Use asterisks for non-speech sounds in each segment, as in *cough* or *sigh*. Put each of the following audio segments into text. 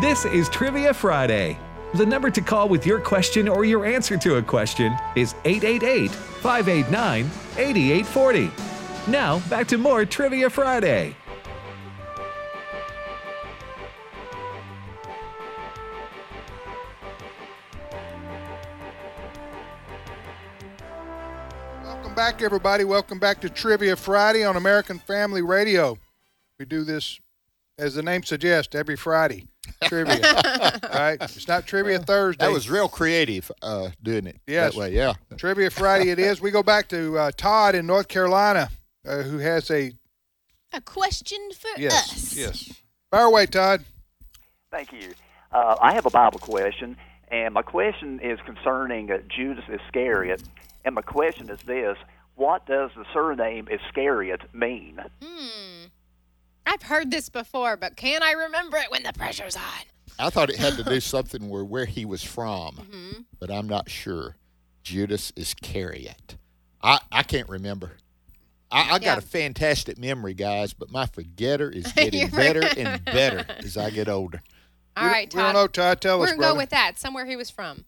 This is Trivia Friday. The number to call with your question or your answer to a question is 888 589 8840. Now, back to more Trivia Friday. Welcome back, everybody. Welcome back to Trivia Friday on American Family Radio. We do this, as the name suggests, every Friday. *laughs* Trivia. All right. It's not Trivia Thursday. That was real creative uh, doing it Yes. that way. Yeah. Trivia Friday it is. We go back to uh, Todd in North Carolina, uh, who has a. A question for Yes. us. Yes. Fire away, Todd. Thank you. Uh, I have a Bible question, and my question is concerning uh, Judas Iscariot. And my question is this What does the surname Iscariot mean? I've heard this before, but can I remember it when the pressure's on? I thought it had to do something where where he was *laughs* from, Mm-hmm. but I'm not sure. Judas Iscariot. I I can't remember. I, I Yeah. got a fantastic memory, guys, but my forgetter *laughs* is You're getting better *laughs* and better as I get older. All right, We don't Todd. know, Todd. Tell We're us, gonna go brother. with that. Somewhere he was from.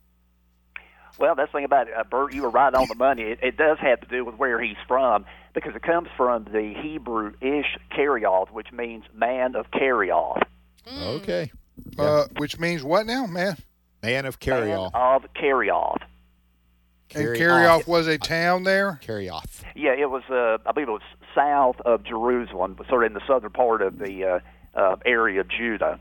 Well, that's the thing about it, uh, Bert. You were right on the money. It, it does have to do with where he's from because it comes from the Hebrew Ish Karioth, which means man of Karioth. Mm. Okay. uh, which means what now, man? Man of Man carry off. of Karioth. and carry off was a town there. Carry off. Yeah, it was. Uh, I believe it was south of Jerusalem, sort of in the southern part of the uh, uh, area of Judah.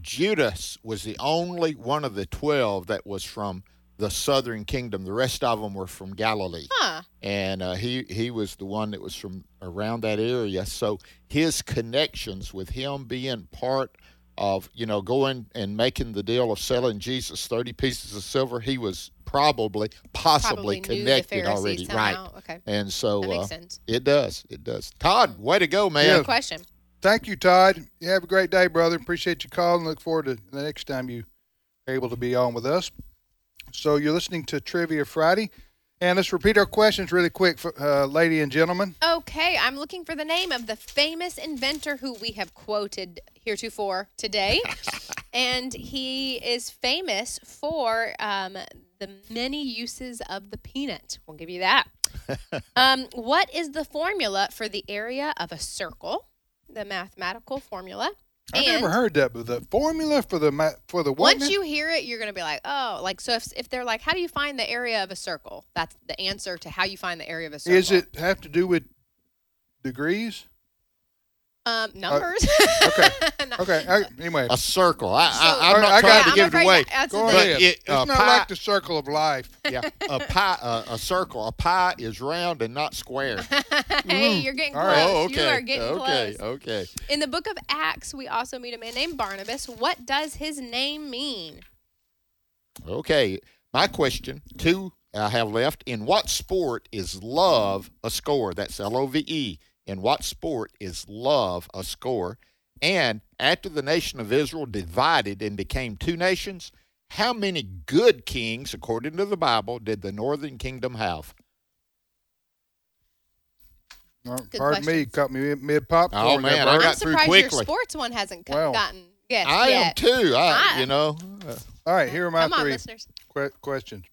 Judas was the only one of the 12 that was from the southern kingdom. The rest of them were from Galilee. Huh. And uh, he, he was the one that was from around that area. So his connections with him being part of, you know, going and making the deal of selling Jesus 30 pieces of silver, he was probably, possibly Probably knew the connected Pharisees already. somehow. Right. Okay. And so That makes uh, sense. it does. It does. Todd, way to go, man. Good question. Thank you, Todd. You have a great day, brother. Appreciate your call and look forward to the next time you are able to be on with us. So you're listening to Trivia Friday, and let's repeat our questions really quick, for, uh, lady and gentlemen. Okay, I'm looking for the name of the famous inventor who we have quoted heretofore *laughs* today. and he is famous for um, the many uses of the peanut. We'll give you *laughs* that. um, what is the formula for the area of a circle? The mathematical formula. I've and never heard that, but the formula for the ma- for the what? once now? you hear it, you're going to be like, oh, like, so if, if they're like, how do you find the area of a circle? That's the answer to how you find the area of a circle. is it have to do with degrees? Um, numbers. uh, *laughs* okay. Uh, No. Okay. I, anyway, A circle. I, So- I, I'm not I got- trying Yeah, to I'm give it afraid away. that- that's the go thing. ahead. But it- it's uh, not pi- like the circle of life. yeah, *laughs* a pie, uh, a circle, a pie is round and not *laughs* square. Oh, hey, you're getting mm, All right. close. You are getting okay, close. okay. In the book of Acts, we also meet a man named Barnabas. What does his name mean? Okay. My question, two I have left. In what sport is love a score? That's L O V E. In what sport is love a score? And after the nation of Israel divided and became two nations, how many good kings, according to the Bible, did the northern kingdom have? Uh, Good pardon me, you questions. caught me mid popcorn. Oh, man, I I'm got through surprised your quickly. sports one hasn't co- Wow. gotten guessed I am yet. too. I, I- you know, uh, All right, here are my Come on, three listeners. que- questions.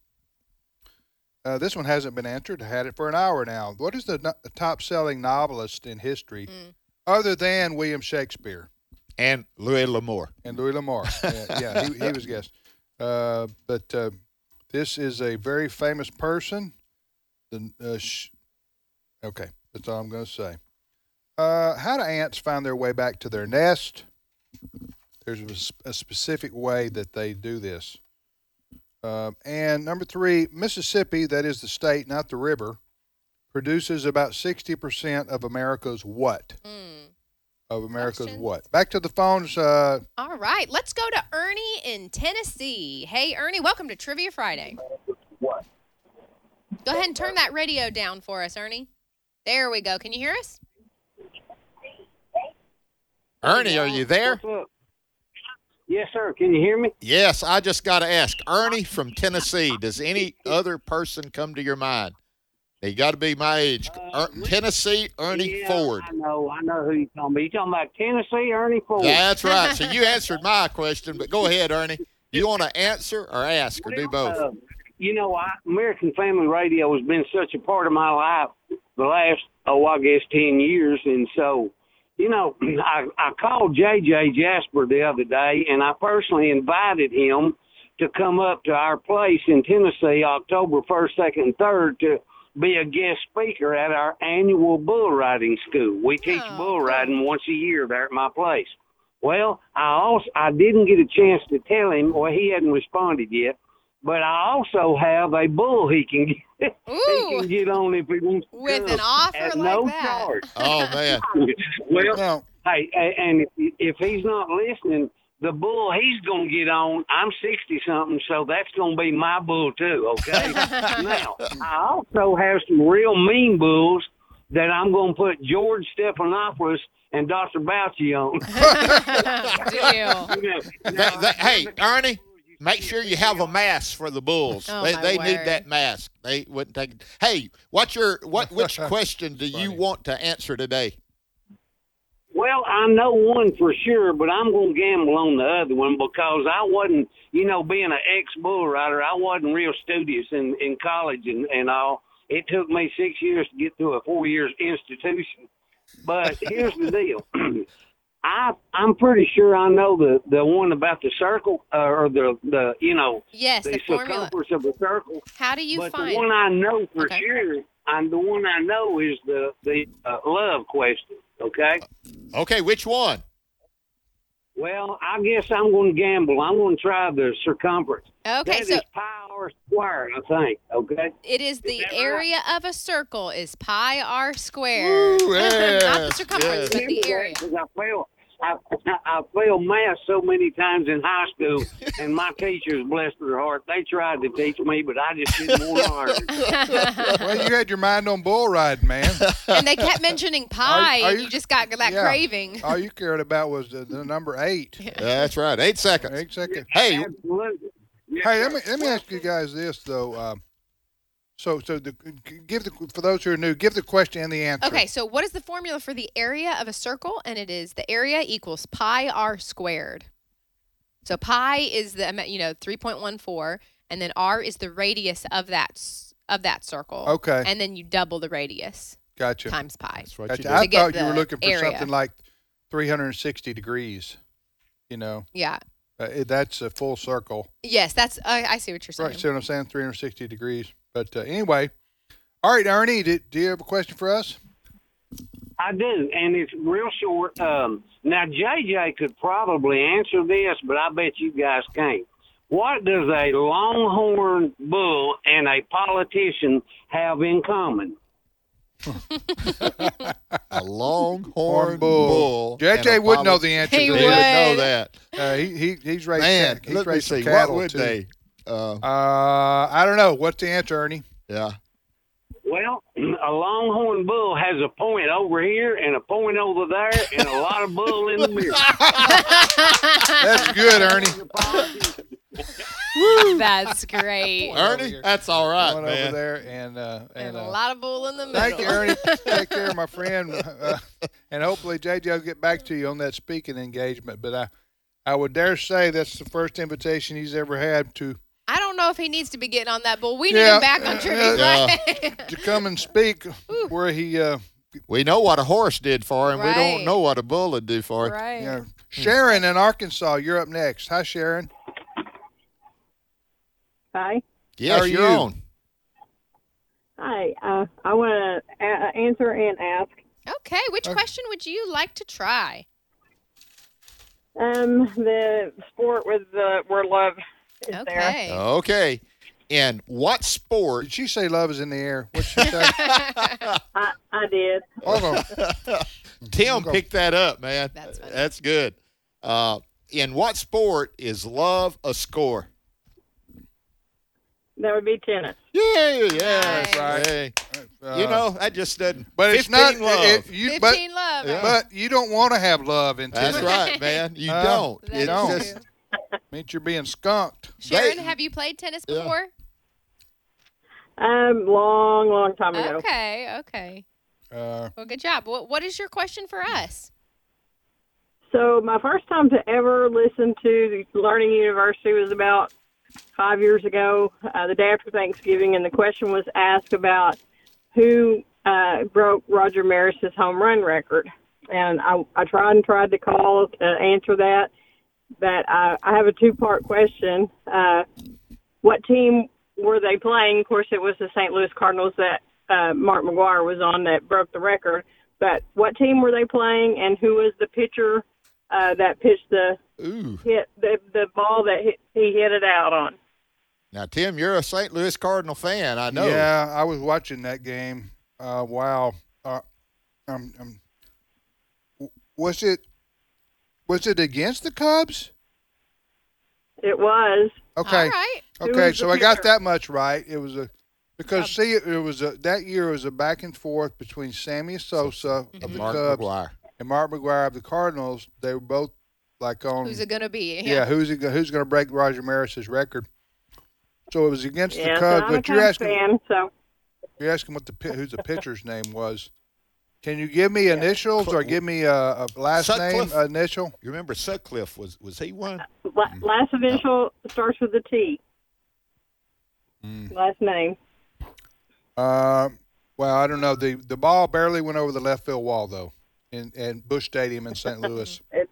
Uh, this one hasn't been answered. I had it for an hour now. What is the no- top-selling novelist in history, other than William Shakespeare and Louis L'Amour. and Louis L'Amour? yeah, yeah, he, he was guessed. Uh, but uh, this is a very famous person. The, uh, sh- okay, that's all I'm going to say. Uh, how do ants find their way back to their nest? There's a, s- a specific way that they do this. Um, and number three, Mississippi, that is the state, not the river, produces about 60% of America's what? Of America's Questions? what? Back to the phones. Uh, All right, let's go to Ernie in Tennessee. Hey, Ernie, welcome to Trivia Friday. Go ahead and turn that radio down for us, Ernie. There we go. Can you hear us? Ernie, are you there? What's up? Yes, sir. Can you hear me? Yes, I just got to ask. Ernie from Tennessee, does any other person come to your mind? Now, you got to be my age. Uh, Er- Tennessee Ernie Yeah, Ford. I know, I know who you're talking about. you talking about Tennessee Ernie *laughs* Ford. That's right. So you answered my question, but go ahead, Ernie. Do you want to answer or ask or do both? Uh, you know, I, American Family Radio has been such a part of my life the last, oh, I guess, 10 years. And so, you know, *clears throat* I, I called J.J. Jasper the other day, and I personally invited him to come up to our place in Tennessee October 1st, 2nd, and 3rd to be a guest speaker at our annual bull riding school. We teach Oh, bull riding once a year there at my place. Well, I also I didn't get a chance to tell him, or he hadn't responded yet. But I also have a bull he can *laughs* get, he Ooh. *laughs* can get on if he wants to With come an offer at like no that. charge. Oh, man. *laughs* well, Now, hey, a- and if, if he's not listening, the bull he's gonna get on. I'm sixty something, so that's gonna be my bull too. *laughs* Okay. now I also have some real mean bulls that I'm gonna put George Stephanopoulos and Dr. Bouchy on. *laughs* Deal. You know, That- that- hey, Ernie, make sure you have a mask for the Bulls. Oh, they my they need word. that mask. They wouldn't take it. Hey, what's your what *laughs* which question do you Funny. want to answer today? Well, I know one for sure, but I'm going to gamble on the other one because I wasn't, you know, being an ex bull rider, I wasn't real studious in, in college and, and all. It took me six years to get through a four years institution. But here's the deal. *clears throat* I I'm pretty sure I know the the one about the circle uh, or the the you know Yes, the, the formula. circumference of a circle How do you but find? the one I know for Okay. sure, and the one I know is the the uh, love question. Okay. Okay, which one? Well, I guess I'm going to gamble. I'm going to try the circumference. okay, That so is pi r squared, I think. Okay. it is the that right? area of a circle is pi r squared. Ooh, *laughs* Not the yes, circumference, yes. but the *laughs* area. Because I failed. I, *laughs* I failed math so many times in high school, and *laughs* my teachers, bless their heart, they tried to teach me, but I just didn't want *laughs* to learn. well, you had your mind on bull riding, *laughs* man. and they kept mentioning pie, are and you- you just got that yeah. craving. *laughs* All you cared about was the, the number eight. That's right. Eight seconds. Eight seconds. Hey, Absolutely. Hey, let me let me ask you guys this though. Um, so, so the, give the for those who are new, give the question and the answer. Okay, so what is the formula for the area of a circle? And it is the area equals pi r squared. So pi is the amou- you know 3.14, and then r is the radius of that s- of that circle. Okay. And then you double the radius Gotcha. times pi. that's what gotcha. you do. I To get thought you were the looking for area. something like 360 degrees. You know, Yeah. uh, it- that's a full circle. Yes, that's I, I see what you're saying. Right. See what I'm saying? 360 degrees. But uh, anyway, all right, Ernie, do, do you have a question for us? I do, and it's real short. Um, now, JJ could probably answer this, but I bet you guys can't. What does a longhorn bull and a politician have in common? A longhorn *laughs* Horn bull. and a JJ would know polit- the answer. to He He would would. that. know that. Uh, he, he he's raised. Man, he's let me raised some see. What cattle, would too. they? Uh, Uh, I don't know. What's the answer, Ernie? yeah. Well, *clears throat* a longhorn bull has a point over here and a point over there, and a lot of bull in the middle. That's good, *laughs* Ernie. *laughs* That's great. Point over Ernie, here. that's all right, One man. over there and uh, And and a uh, lot of bull in the middle. Thank you, *laughs* Ernie. Take care, my friend, uh, and hopefully JJ will get back to you on that speaking engagement. But I, I would dare say that's the first invitation he's ever had to I don't know if he needs to be getting on that bull. We need Yeah. him back on Trivia's Yeah. *laughs* Right. to come and speak, where he, uh, We know what a horse did for him. We Right. don't know what a bull would do for him. right. you know, Sharon in Arkansas. You're up next. Hi, Sharon. Hi. How are Yes, you're you? on. Hi. Uh, I want to a- answer and ask. Okay, which Okay. question would you like to try? Um, the sport with the where love is there. Okay. Oh. Okay. In what Did sport? she say love is in the air? What *laughs* she say? I, I did. Hold on. Tim picked that up, man. That's funny. good. Uh, in what sport is love a score? That would be tennis. Yeah, Nice. yeah, hey. *laughs* You Uh, know that just doesn't. but it's not. 15 love. It, you, but 15 love. but you don't want to have love in That's tennis. right, man. You Uh, don't. That It's is don't. just true. Means you're being skunked. Sharon, they- have you played tennis Yeah. before? Um, long, long time ago. Okay, okay. Uh, Well, good job. What, what is your question for us? So my first time to ever listen to the Learning University was about five years ago, uh, the day after Thanksgiving, and the question was asked about who uh, broke Roger Maris's home run record. And I, I tried and tried to call to answer that, but I, I have a two-part question. Uh, what team were they playing? Of course, it was the St. Louis Cardinals that uh, Mark McGuire was on that broke the record. But what team were they playing, and who was the pitcher uh, that pitched the Ooh. hit the, the ball that hit, he hit it out on? Now, Tim, you're a St. Louis Cardinal fan. I know. Yeah, I was watching that game. Uh, wow. Uh, um, um, w- was it was it against the Cubs? It was. Okay. All right. Who Okay, was the so I got pitcher? that much right. It was a because see it was a that year it was a back and forth between Sammy Sosa of Of the Mark Cubs McGuire. and Mark McGuire of the Cardinals. They were both like on Who's it going to be? Um, yeah, who's it, go- who's going to break Roger Maris's record? So it was against Yeah, the so Cubs, I'm a but you're Cubs asking fan, so You're asking what the pi- who the pitcher's name was. Can you give me initials or give me a, a last Sutcliffe. name initial? You remember Sutcliffe? Was was he one? la- Mm. last initial starts with a T. Mm. Last name. Uh, well, I don't know. the The ball barely went over the left field wall though, in, in Bush Stadium in St. *laughs* Louis It,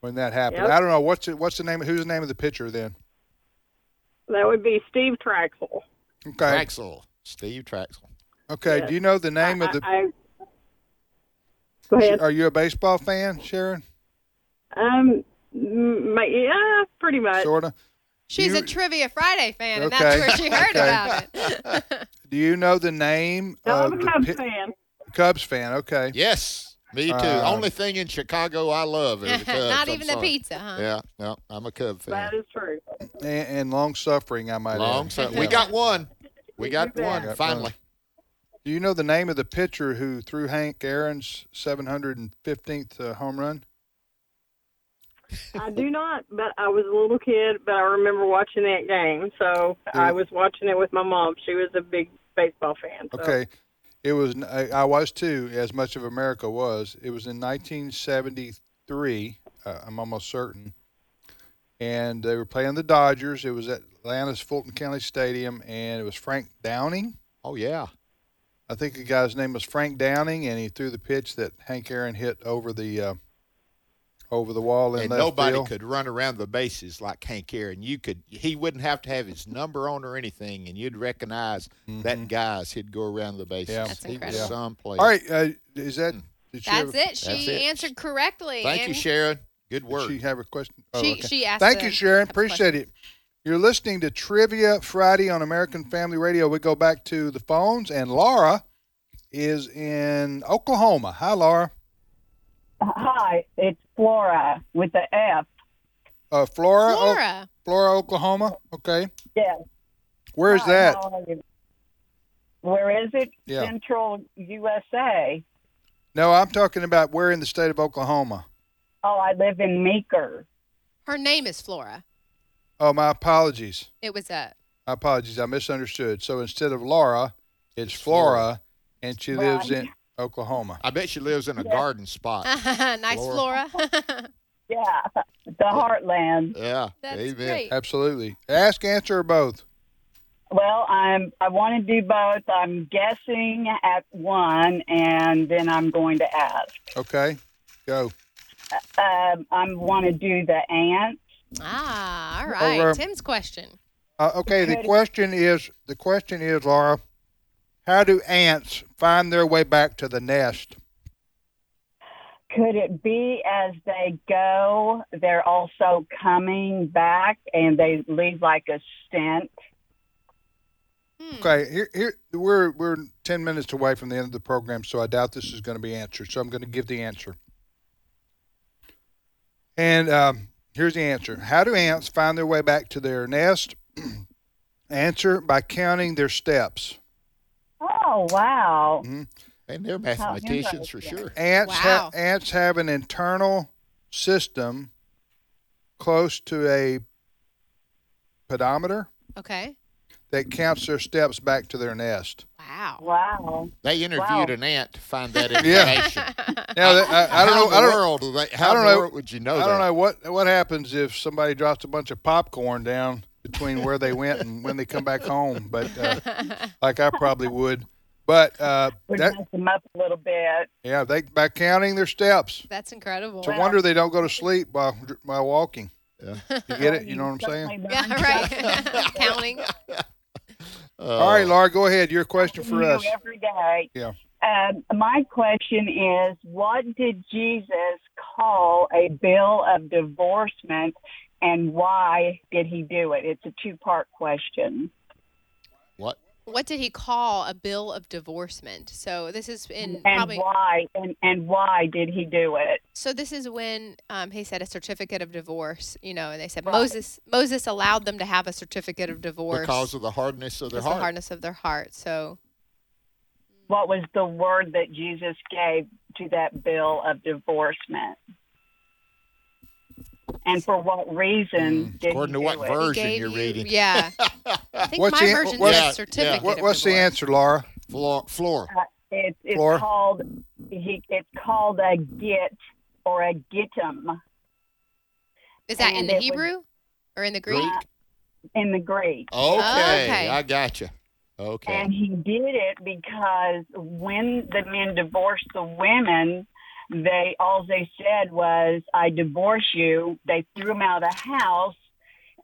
when that happened. Yep. I don't know what's it, what's the name. Who's the name of the pitcher then? that would be Steve Traxel. Okay, Traxel. Steve Traxel. okay. Do you know the name of the? I, I, go ahead. Are you a baseball fan, Sharon? Um, m- my, yeah, pretty much. Sorta. *laughs* She's a You- Trivia Friday fan, and Okay. that's where she heard Okay. about *laughs* it. Do you know the name No, of I'm a Uh, the Cubs pi- fan. Cubs fan? Okay. Yes, me too. Uh, Only thing in Chicago I love is the Cubs. *laughs* Not I'm even the sorry. pizza, huh? Yeah, no, I'm a Cub fan. That is true. And, and long suffering, I might add. Long time. We got one. We got Got one one. finally. Do you know the name of the pitcher who threw Hank Aaron's 715th uh, home run? *laughs* I do not, but I was a little kid, but I remember watching that game. So I was watching it with my mom. She was a big baseball fan. So. Okay, it was. I I was too. As much of America was, it was in 1973. Uh, I'm almost certain. And they were playing the Dodgers. It was at Atlanta's Fulton County Stadium, and it was Frank Downing. Oh yeah. I think the guy's name was Frank Downing, and he threw the pitch that Hank Aaron hit over the uh, over the wall in and left nobody field. could run around the bases like Hank Aaron. You could, he wouldn't have to have his number on or anything, and you'd recognize that guy's. He'd go around the bases. Mm-hmm. Yeah. That's he incredible. was some player. All right, uh, is that? Hmm. Did she That's have- it. She That's it. answered correctly. Thank you, and Sharon. Good Did work. She have a question. Oh, She- okay. she asked Thank the- you, Sharon. asked the Appreciate it. You're listening to Trivia Friday on American Family Radio. We go back to the phones, and Laura is in Oklahoma. Hi, Laura. Hi, it's Flora with the F. Uh, Flora, O- Flora. Flora, Oklahoma. Okay, Yes. where is Hi, that? how are you? Where is it? Yeah. Central USA. No, I'm talking about where in the state of Oklahoma. Oh, I live in Meeker. Her name is Flora. Oh, my apologies. It was a *laughs* My apologies. I misunderstood. So instead of Laura, it's Flora, and she lives in Oklahoma. I bet she lives in a garden spot. *laughs* nice Flora. *laughs* Yeah, *laughs* the Oh. heartland. yeah. That's Amen. great. Absolutely. Ask, answer, or both. Well, I'm. I want to do both. I'm guessing at one, and then I'm going to ask. Okay, go. Um, I want to do the ants. Ah, all right. Over. Tim's question. Uh, okay, the question is the question is Laura, how do ants find their way back to the nest? Could it be as they go, they're also coming back, and they leave like a scent? Okay, here, here we're we're ten minutes away from the end of the program, so I doubt this is going to be answered. So I'm going to give the answer. And um, here's the answer: How do ants find their way back to their nest? *clears throat* answer by counting their steps. Oh wow! Mm-hmm. And they're mathematicians for sure. Ants ha- Wow. ants have an internal system close to a pedometer. Okay. that counts their steps back to their nest. Wow. Wow. They interviewed Wow. an ant to find *laughs* that Yeah. information. Now, that, I, I don't how know. in the I don't, world do they, how I don't in the know- world would you know I that? don't know what what happens if somebody drops a bunch of popcorn down between where they went and when they come back home. But *laughs* uh, like I probably would. But uh, Would that, mess them up a little bit. yeah, they by counting their steps. That's incredible. It's a wonder they don't go to sleep while dr- while walking. Yeah. You get it? You know what I'm saying? Certainly *laughs* Yeah, learned right. *laughs* Counting. Oh. All Uh, right, Laura, go ahead. Your question something for new us. every day. Yeah. Um, my question is, what did Jesus call a bill of divorcement, and why did he do it? It's a two-part question. What? What did he call a bill of divorcement? So this is in and probably. why and, and why did he do it? So this is when um, he said a certificate of divorce. You know, and they said Right. Moses Moses allowed them to have a certificate of divorce Because of the hardness of their because of the heart. hardness of their heart. So What was the word that Jesus gave to that bill of divorcement? And for what reason Mm, did According he to what do it? he version gave you're you, reading. yeah. *laughs* I think What's my the- version what's- says Yeah, certificate. What, of what's the divorce. answer, Laura? Floor. floor. It, it's Flora? called he, it's called a git or a gittim Is that in And the it was- Hebrew or in the Greek? Greek? in the Greek. Okay, Okay. I got you. Okay. And he did it because when the men divorced the women, they all they said was, "I divorce you." They threw them out of the house,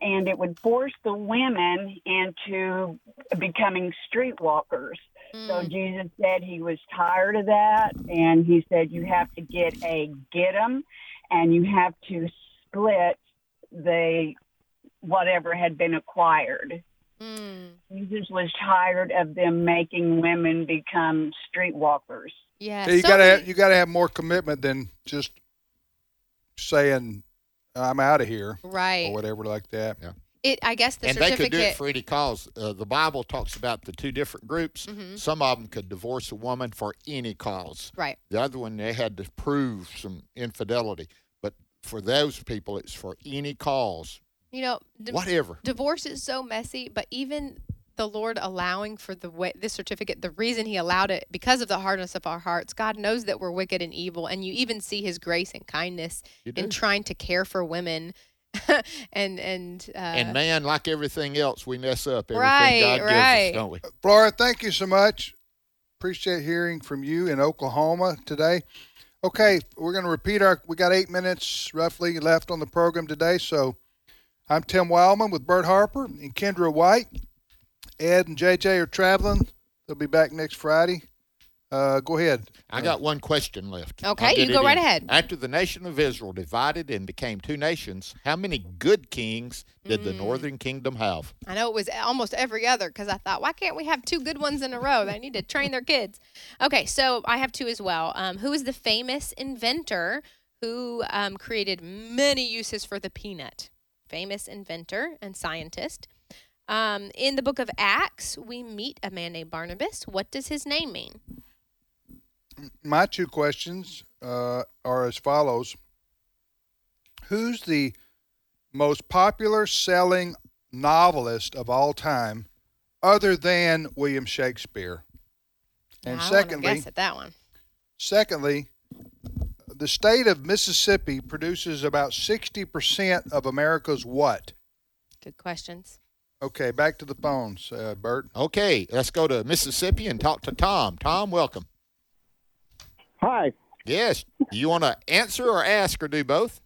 and it would force the women into becoming streetwalkers. So Mm. Jesus said he was tired of that, and he said you have to get a get 'em, and you have to split the whatever had been acquired. Mm. Jesus was tired of them making women become streetwalkers. Yeah. you so gotta many- have, you gotta have more commitment than just saying I'm out of here or right. whatever like that. It. I guess the and they could certificate. do it for any cause. Uh, the Bible talks about the two different groups. Mhm. Some of them could divorce a woman for any cause. right. The other one, they had to prove some infidelity. But for those people, it's for any cause, You know. d- whatever. divorce is so messy but even the lord allowing for the way this certificate the reason he allowed it because of the hardness of our hearts god knows that we're wicked and evil and you even see his grace and kindness You do. in trying to care for women *laughs* and and uh and man, like everything else, we mess up everything Right, God gives right. us, don't we? Laura, thank you so much. Appreciate hearing from you in Oklahoma today. Okay, we're going to repeat our. We got eight minutes roughly left on the program today. So I'm Tim Wildman with Bert Harper and Kendra White. Ed and JJ are traveling. They'll be back next Friday. Uh, go ahead. I got one question left. I'll Okay, get you it go in. right ahead. After the nation of Israel divided and became two nations, how many good kings did Mm. the northern kingdom have? i know it was almost every other because i thought why can't we have two good ones in a row they need to train their kids okay so i have two as well um who is the famous inventor who um, created many uses for the peanut famous inventor and scientist Um, in the book of Acts, we meet a man named Barnabas. What does his name mean? My two questions uh, are as follows Who's the most popular selling novelist of all time other than William Shakespeare? And I wanna secondly, guess at that one. secondly, the state of Mississippi produces about 60% of America's what? Good questions. Okay, back to the phones, uh, Bert. Okay, let's go to Mississippi and talk to Tom. Tom, welcome. Hi, Yes, do you want to answer or ask or do both?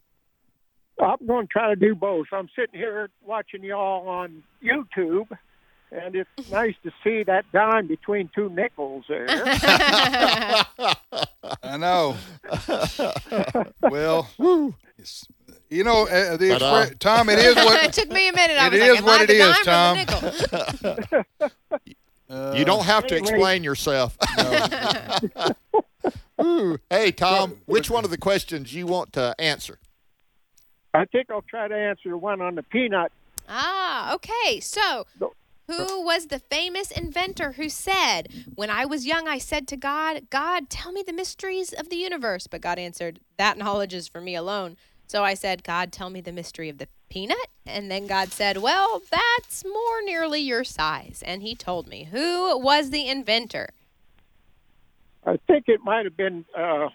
I'm going to try to do both. I'm sitting here *laughs* watching y'all on YouTube, and it's nice to see that dime between two nickels there. I know. *laughs* well, it's- you know, uh, the Ta-da. expre- Tom, it is *laughs* *laughs* it what. took me a minute. I It was is like, am what I it the is, dime Tom. or the nickel? Uh, you don't have to explain yourself. *laughs* Ooh. Hey, Tom, which one of the questions you want to answer? I think I'll try to answer the one on the peanut. Ah, okay. So, No. who was the famous inventor who said, When I was young, I said to God, God, tell me the mysteries of the universe? But God answered, That knowledge is for me alone. So I said, God, tell me the mystery of the peanut And then God said, Well, that's more nearly your size. And he told me, Who was the inventor? I think it might have been uh,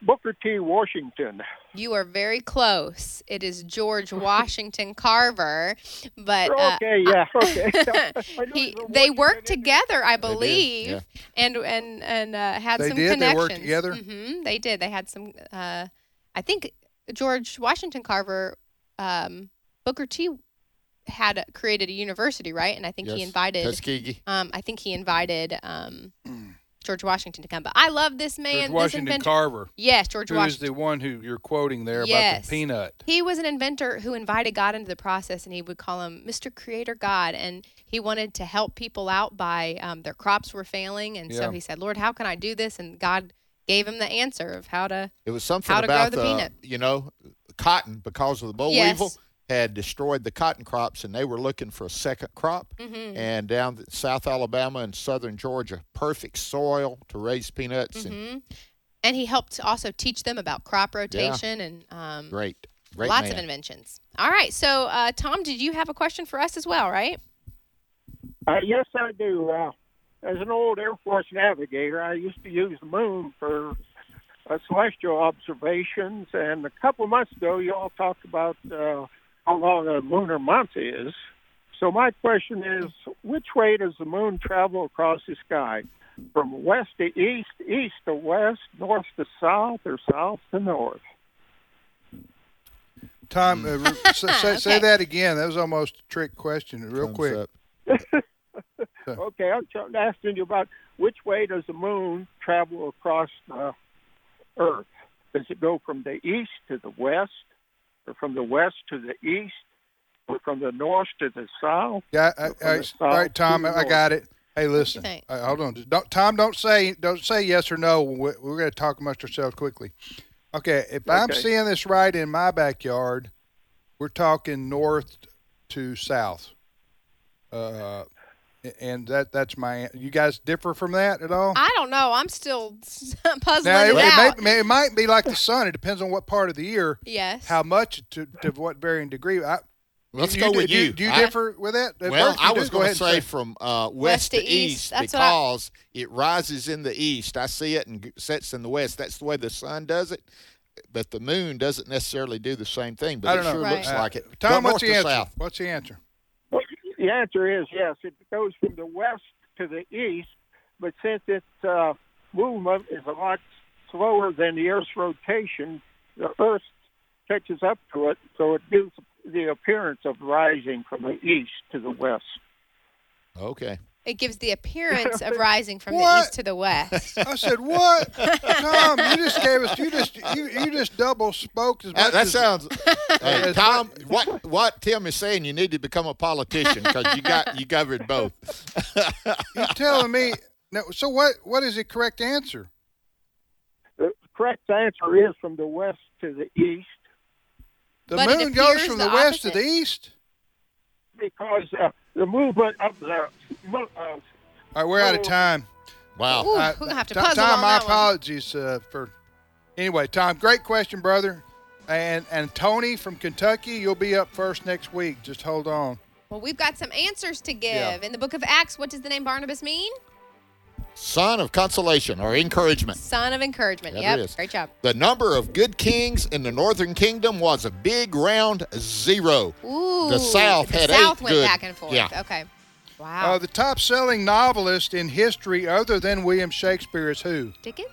Booker T. Washington. You are very close. It is *laughs* George Washington Carver, but uh, okay, yeah, okay. *laughs* I *laughs* knew he, it was they Washington worked in there. together, I did, believe, and and and uh, had They some did? They connections. worked together? hmm they did. They had some. Uh, I think George Washington Carver, um, Booker T, had created a university, right? And I think he Yes. invited. Tuskegee. Um, I think he invited um, George Washington to come. But I love this Mm. man. George this Washington inventor. Carver, yes, George who is Washington. the one who you're quoting there about Yes. the peanut. He was an inventor who invited God into the process, and he would call him Mr. Creator God. And he wanted to help people out by um, their crops were failing, and so Yeah. he said, "Lord, how can I do this?" And God gave him the answer of how to. It was something How to grow about the the, peanut. you know, cotton because of the boll Yes. weevil had destroyed the cotton crops and they were looking for a second crop. Mhm. And down th- South Alabama and southern Georgia, perfect soil to raise peanuts and Mhm. And he helped also teach them about crop rotation and um, great, great lots of man. inventions. All right, so uh, Tom, did you have a question for us as well? Right? Uh, yes, I do. Uh, as an old Air Force navigator, I used to use the moon for uh, celestial observations. And a couple months ago, you all talked about uh, how long a lunar month is. So my question is, which way does the moon travel across the sky? From west to east, east to west, north to south, or south to north? Tom, uh, *laughs* re- say, say, say Okay. that again. That was almost a trick question, real Thumbs quick. up. Okay, I'm tr- asking you about which way does the moon travel across the Earth? Does it go from the east to the west, or from the west to the east, or from the north to the south? Yeah, I, From the I, all right, south Tom, to the I got it. Hey, listen. think? Uh, hold on. Just Don't, Tom, don't say don't say yes or no. We- We're going to talk amongst ourselves quickly. Okay, if I'm Okay. seeing this right in my backyard, we're talking north to south, uh, and that that's my. You guys differ from that at all? I don't know. I'm still *laughs* puzzling now, it, it, out. it, may, it might be like the sun. It depends on what part of the year, yes. how much to, to what varying degree. I, Let's go do- with do, you. Do you I- differ with that? At Well, first, you I do. was Go going to ahead and say from uh, west, to east, That's what I- because it rises in the east. I see it and g- sets in the west. That's the way the sun does it, but the moon doesn't necessarily do the same thing. But I it don't know. sure Right. looks Uh, like it. Tom, what's Go north the to answer? south. What's the answer? Well, the answer is yes. It goes from the west to the east, but since its uh, movement is a lot slower than the Earth's rotation, the Earth catches up to it, so it gives the appearance of rising from the east to the west. Okay. It gives *laughs* the appearance of rising from the What? east to the west. I said, "What, Tom? You just gave us. You just you, you just double spoke as That, much that as *laughs* sounds. Hey, as Tom, what what Tim is saying? You need to become a politician because you got you covered both. *laughs* you telling me." No, so what? What is the correct answer? The correct answer is from the west to the east The But it moon goes appears from the the, west to opposite. the east. because uh, the movement of the mo- uh, All right, we're out of Oh. time. Wow. Ooh, Uh, we're gonna have to Tom- puzzle Tom, on my that one. apologies uh, for. Anyway, Tom, great question, brother. And and Tony from Kentucky, you'll be up first next week. Just hold on. Well, we've got some answers to give. Yeah. In the book of Acts, what does the name Barnabas mean? Son of consolation or encouragement. Son of encouragement. That yep. it is. Great job. The number of good kings in the northern kingdom was a big round zero. Ooh. South the had South eight went good- back and forth. yeah. Okay. Wow. Uh, the top-selling novelist in history, other than William Shakespeare, is who? Dickens?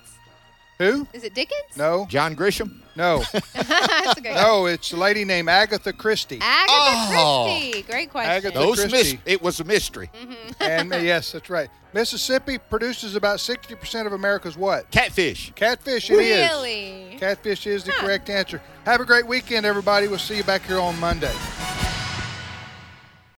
Who? Is it Dickens? No, John Grisham. no, *laughs* That's a great no. It's a lady named Agatha Christie. Agatha Oh. Christie. Great question. Agatha- Those Christie. mys- it was a mystery. Mm-hmm. and uh, yes, that's right. Mississippi produces about sixty percent of America's what? Catfish. Catfish. It is. really? Catfish is the correct answer. Have a great weekend, everybody. We'll see you back here on Monday.